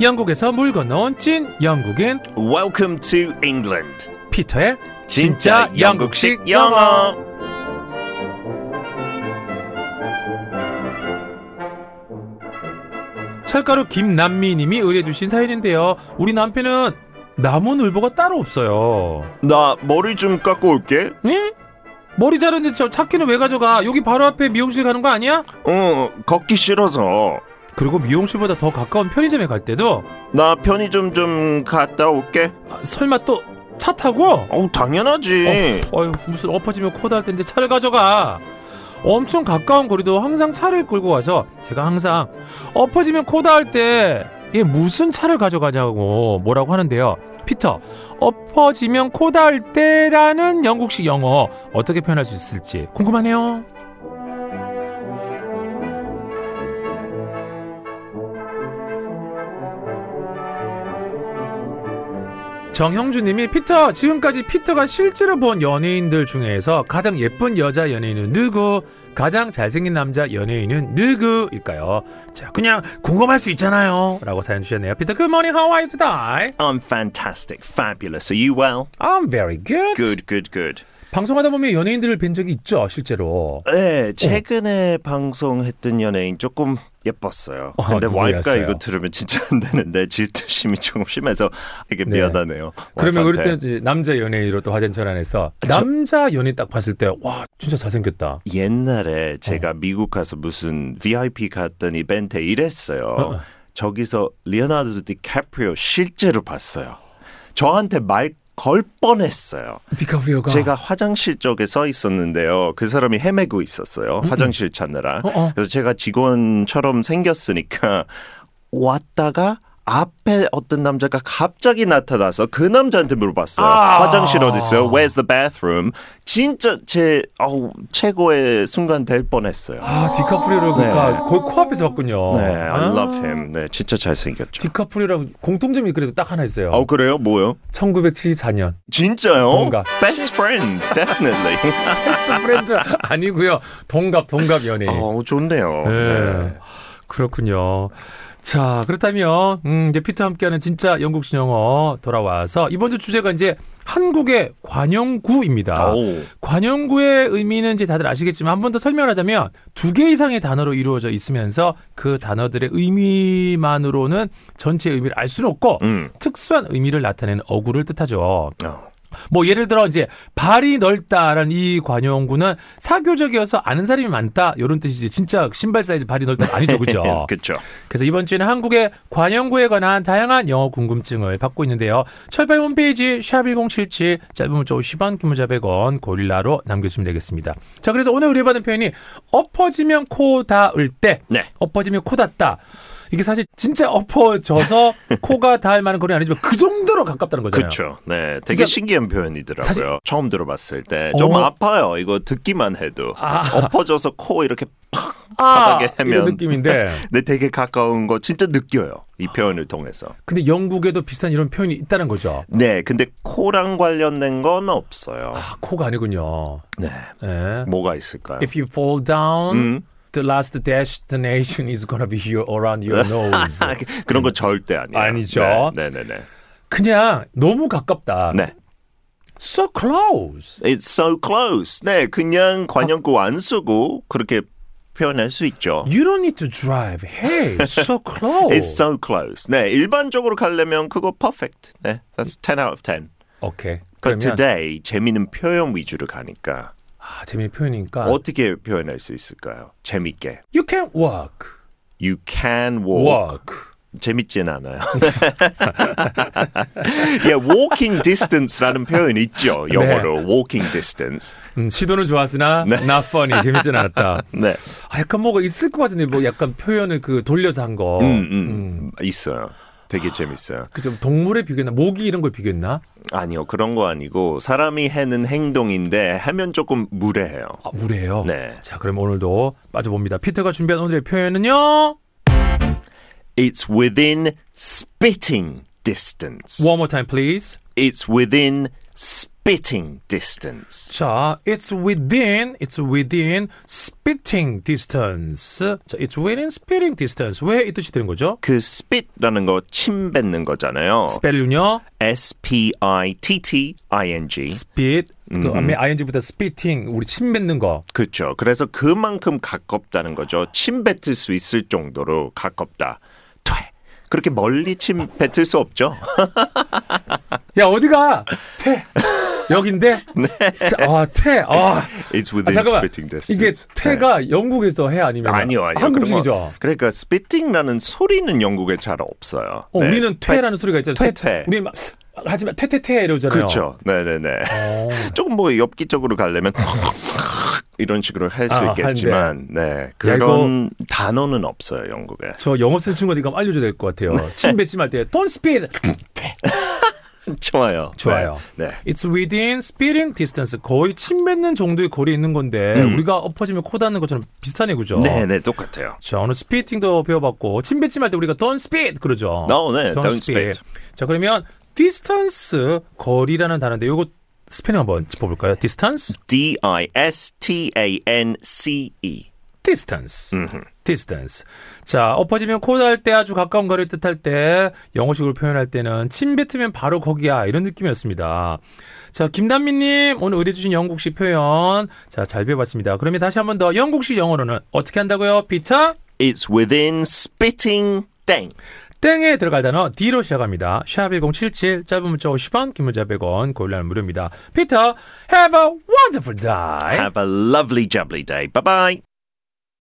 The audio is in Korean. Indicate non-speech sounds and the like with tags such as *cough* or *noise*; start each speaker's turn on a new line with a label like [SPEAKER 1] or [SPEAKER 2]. [SPEAKER 1] 영국에서 물 건너온 찐 영국인
[SPEAKER 2] Welcome to England.
[SPEAKER 1] 피터의 진짜 영국식 영어. 철가루 김남미님이 의뢰주신 사연인데요. 우리 남편은 남은 울보가 따로 없어요.
[SPEAKER 2] 나 머리 좀 깎고 올게.
[SPEAKER 1] 예? 머리 자르는데 저 차키는 왜 가져가? 여기 바로 앞에 미용실 가는 거 아니야?
[SPEAKER 2] 어, 걷기 싫어서.
[SPEAKER 1] 그리고 미용실보다 더 가까운 편의점에 갈 때도
[SPEAKER 2] 나 편의점 좀 갔다 올게.
[SPEAKER 1] 아, 설마 또 차 타고?
[SPEAKER 2] 어우, 당연하지.
[SPEAKER 1] 어휴 무슨 엎어지면 코다할 텐데 차를 가져가. 엄청 가까운 거리도 항상 차를 끌고 가서 제가 항상 엎어지면 코다할 때 얘 무슨 차를 가져가냐고 뭐라고 하는데요. 피터, 엎어지면 코다할 때라는 영국식 영어 어떻게 표현할 수 있을지 궁금하네요. 정형주님이 피터 지금까지 피터가 실제로 본 연예인들 중에서 가장 예쁜 여자 연예인은 누구? 가장 잘생긴 남자 연예인은 누구일까요? 자 그냥 궁금할 수 있잖아요.라고 사연 주셨네요. 피터 Good morning, how are you today?
[SPEAKER 2] I'm fantastic, fabulous. Are you well?
[SPEAKER 1] I'm very good.
[SPEAKER 2] Good, good, good.
[SPEAKER 1] 방송하다 보면 연예인들을 뵌 적이 있죠, 실제로.
[SPEAKER 2] 네, 최근에 방송했던 연예인 조금 예뻤어요.
[SPEAKER 1] 어,
[SPEAKER 2] 근데 와이프가
[SPEAKER 1] 누구였어요?
[SPEAKER 2] 이거 들으면 진짜 안 되는데 질투심이 조금 심해서 이게
[SPEAKER 1] 네.
[SPEAKER 2] 미안하네요.
[SPEAKER 1] 그러면 우리
[SPEAKER 2] 와이프한테.
[SPEAKER 1] 때 이제 남자 연예인으로 또 화전천안해서 남자 연예인 딱 봤을 때 와 진짜 잘생겼다.
[SPEAKER 2] 옛날에 제가 미국 가서 무슨 VIP 갔던 이벤트에 일했어요.
[SPEAKER 1] 어.
[SPEAKER 2] 저기서 리오나르도 디카프리오 실제로 봤어요. 저한테 말 걸 뻔했어요.
[SPEAKER 1] 디카프리오가
[SPEAKER 2] 제가 화장실 쪽에 서 있었는데요. 그 사람이 헤매고 있었어요. 화장실 찾느라.
[SPEAKER 1] 음, 어, 어.
[SPEAKER 2] 그래서 제가 직원처럼 생겼으니까 *laughs* 왔다가 앞에 어떤 남자가 갑자기 나타나서 그 남자한테 물어봤어요.
[SPEAKER 1] 아.
[SPEAKER 2] 화장실 어디 있어요? Where's the bathroom? 진짜 제 어우, 최고의 순간 될 뻔했어요.
[SPEAKER 1] 아 디카프리오가
[SPEAKER 2] 네.
[SPEAKER 1] 거의 코앞에서 봤군요.
[SPEAKER 2] 네, I
[SPEAKER 1] 아.
[SPEAKER 2] love him. 네, 진짜 잘생겼죠.
[SPEAKER 1] 그렇죠. 디카프리오랑 공통점이 그래도 딱 하나 있어요.
[SPEAKER 2] 어 그래요? 뭐요?
[SPEAKER 1] 1974년.
[SPEAKER 2] 진짜요?
[SPEAKER 1] 뭔가.
[SPEAKER 2] Best friends, definitely.
[SPEAKER 1] 베스트 프렌드 아, *laughs* 아니고요. 동갑 동갑 연예인.
[SPEAKER 2] 어, 좋네요.
[SPEAKER 1] 예.
[SPEAKER 2] 네.
[SPEAKER 1] 그렇군요. 자, 그렇다면 음, 이제 피터 함께하는 진짜 영국식 영어 돌아와서 이번 주 주제가 이제 한국의 관용구입니다.
[SPEAKER 2] 오.
[SPEAKER 1] 관용구의 의미는 이제 다들 아시겠지만 한 번 더 설명하자면 두 개 이상의 단어로 이루어져 있으면서 그 단어들의 의미만으로는 전체 의미를 알 수는 없고
[SPEAKER 2] 음.
[SPEAKER 1] 특수한 의미를 나타내는 어구를 뜻하죠.
[SPEAKER 2] 어.
[SPEAKER 1] 뭐 예를 들어 이제 발이 넓다라는 이 관용구는 사교적이어서 아는 사람이 많다 이런 뜻이지 진짜 신발 사이즈 발이 넓다 아니죠 그죠?
[SPEAKER 2] *laughs* 그렇죠.
[SPEAKER 1] 그래서 이번 주에는 한국의 관용구에 관한 다양한 영어 궁금증을 받고 있는데요. 철발 홈페이지 샵1077 짧은 문자 50원 긴 문자 100원 고릴라로 남겨주시면 되겠습니다. 자 그래서 오늘 의뢰받은 표현이 엎어지면 코 닿을 때
[SPEAKER 2] 네.
[SPEAKER 1] 엎어지면 코 닿다. 이게 사실 진짜 엎어져서 *laughs* 코가 닿을 만한 거리 아니지만 그 정도로 가깝다는 거잖아요.
[SPEAKER 2] 그렇죠. 네, 되게
[SPEAKER 1] 진짜-
[SPEAKER 2] 신기한 표현이더라고요.
[SPEAKER 1] 사실-
[SPEAKER 2] 처음 들어봤을 때 좀
[SPEAKER 1] 어.
[SPEAKER 2] 아파요. 이거 듣기만 해도
[SPEAKER 1] 아.
[SPEAKER 2] 엎어져서 코 이렇게 팍.
[SPEAKER 1] 아,
[SPEAKER 2] 바닥에 하면.
[SPEAKER 1] 이런 느낌인데.
[SPEAKER 2] *laughs* 근데 되게 가까운 거 진짜 느껴요. 이 표현을 통해서.
[SPEAKER 1] 근데 영국에도 비슷한 이런 표현이 있다는 거죠.
[SPEAKER 2] 네, 근데 코랑 관련된 건 없어요.
[SPEAKER 1] 아, 코가 아니군요.
[SPEAKER 2] 네,
[SPEAKER 1] 예.
[SPEAKER 2] 뭐가 있을까요?
[SPEAKER 1] If you fall down,
[SPEAKER 2] 음.
[SPEAKER 1] the last destination is gonna be your, around your
[SPEAKER 2] *laughs*
[SPEAKER 1] nose.
[SPEAKER 2] *laughs* 아, 그- 그런 거 절대 아니에요.
[SPEAKER 1] 아니죠.
[SPEAKER 2] 네, 네, 네.
[SPEAKER 1] 그냥 너무 가깝다.
[SPEAKER 2] 네. 네.
[SPEAKER 1] So close.
[SPEAKER 2] It's so close. 네, 그냥 관용구
[SPEAKER 1] 아.
[SPEAKER 2] 안 쓰고 그렇게 표현할 수 있죠.
[SPEAKER 1] You don't need to drive. Hey,
[SPEAKER 2] *laughs*
[SPEAKER 1] so close.
[SPEAKER 2] It's so close. 네, 일반적으로 가려면 그거 perfect. 네, that's 10 out of 10.
[SPEAKER 1] 오케이.
[SPEAKER 2] 그
[SPEAKER 1] 그러면
[SPEAKER 2] today 재미는 표현 위주로 가니까
[SPEAKER 1] 아, 재밌는 표현이니까
[SPEAKER 2] 어떻게 표현할 수 있을까요? 재밌게.
[SPEAKER 1] You can walk.
[SPEAKER 2] You can walk.
[SPEAKER 1] Walk.
[SPEAKER 2] 재밌진 않아요. *laughs* 예, walking distance라는 표현 있죠.
[SPEAKER 1] 네.
[SPEAKER 2] 영어로 walking distance.
[SPEAKER 1] 음, 시도는 좋았으나 not funny. 재밌진
[SPEAKER 2] *laughs*
[SPEAKER 1] 않았다.
[SPEAKER 2] 네,
[SPEAKER 1] 아, 약간 뭐가 있을 것 같은데 뭐 약간 표현을 그 돌려서 한 거.
[SPEAKER 2] 음, 음, 있어요. 되게 재밌어요.
[SPEAKER 1] 그 좀 동물에 비교했나? 모기 이런 걸 비교했나?
[SPEAKER 2] 아니요, 그런 거 아니고 사람이 해는 행동인데 하면 조금 무례해요.
[SPEAKER 1] 아, 무례해요.
[SPEAKER 2] 네.
[SPEAKER 1] 자, 그럼 오늘도 빠져봅니다. 피터가 준비한 오늘의 표현은요.
[SPEAKER 2] It's within spitting distance.
[SPEAKER 1] One more time, please.
[SPEAKER 2] It's within spitting spitting distance.
[SPEAKER 1] 자, it's within, it's within spitting distance. 자, it's within spitting distance. 왜 이 뜻이 되는 거죠?
[SPEAKER 2] 그 spit라는 거 침 뱉는 거잖아요.
[SPEAKER 1] 스펠링요.
[SPEAKER 2] S P I T T I N G.
[SPEAKER 1] spit. 그 앞에 ing보다 spitting 우리 침 뱉는 거.
[SPEAKER 2] 그렇죠. 그래서 그만큼 가깝다는 거죠. 침 뱉을 수 있을 정도로 가깝다. 퇴. 그렇게 멀리 침 뱉을 수
[SPEAKER 1] *laughs*
[SPEAKER 2] 없죠.
[SPEAKER 1] 야, 어디가? 퇴.
[SPEAKER 2] *laughs*
[SPEAKER 1] 여긴데? 자, 아, 퇴. 아. 아,
[SPEAKER 2] It's 네. within
[SPEAKER 1] 잠깐만.
[SPEAKER 2] spitting
[SPEAKER 1] 이게
[SPEAKER 2] distance. 네.
[SPEAKER 1] 퇴가 영국에서 해 아니면
[SPEAKER 2] 아니요, 아니요.
[SPEAKER 1] 한국식이죠.
[SPEAKER 2] 그런 거- 그러니까 spitting라는 소리는 영국에 잘 없어요.
[SPEAKER 1] 어,
[SPEAKER 2] 네.
[SPEAKER 1] 우리는 퇴라는 소리가 있잖아요. 퇴,
[SPEAKER 2] 퇴, 퇴.
[SPEAKER 1] 우리 막 하지만 퇴퇴퇴 이러잖아요.
[SPEAKER 2] 그렇죠. 네, 네, 네.
[SPEAKER 1] 어.
[SPEAKER 2] *laughs* 조금 뭐 엽기적으로 가려면 *laughs* 이런 식으로 할 수
[SPEAKER 1] 아,
[SPEAKER 2] 있겠지만 네. 그런 단어는 없어요, 영국에. *laughs*
[SPEAKER 1] 저 영어 쓰는 친구한테 이거 알려줘야 될 것 같아요.
[SPEAKER 2] 네.
[SPEAKER 1] 침 뱉지 말 때, don't spit.
[SPEAKER 2] 좋아요.
[SPEAKER 1] 좋아요.
[SPEAKER 2] 네. 네.
[SPEAKER 1] It's within spitting distance. 거의 침 뱉는 정도의 거리에 있는 건데 우리가 엎어지면 코 닿는 것처럼 비슷하네, 그죠?
[SPEAKER 2] 음. 네, 네, 똑같아요.
[SPEAKER 1] 자, 오늘 스피팅도 배워봤고 침 뱉지 말 때 우리가 don't spit 그러죠.
[SPEAKER 2] No, 네, don't spit.
[SPEAKER 1] 자, 그러면 distance 거리라는 단어인데 요거 스페링 한번 짚어볼까요? distance,
[SPEAKER 2] D I S T A N C E.
[SPEAKER 1] distance, distance. 자, 엎어지면 코 닿을 때 아주 가까운 거리를 뜻할 때 영어식으로 표현할 때는 침 뱉으면 바로 거기야 이런 느낌이었습니다. 자, 김단미님 오늘 의뢰주신 영국식 표현 자 잘 배워봤습니다. 그러면 다시 한번 더 영국식 영어로는 어떻게 한다고요? 비타
[SPEAKER 2] It's within spitting dang.
[SPEAKER 1] 땡에 들어갈 단어 D로 시작합니다. 샵1077 짧은 문자 50원 긴 문자 100원 고릴라는 무료입니다. 피터 have a wonderful day.
[SPEAKER 2] Have a lovely jubbly day. Bye bye.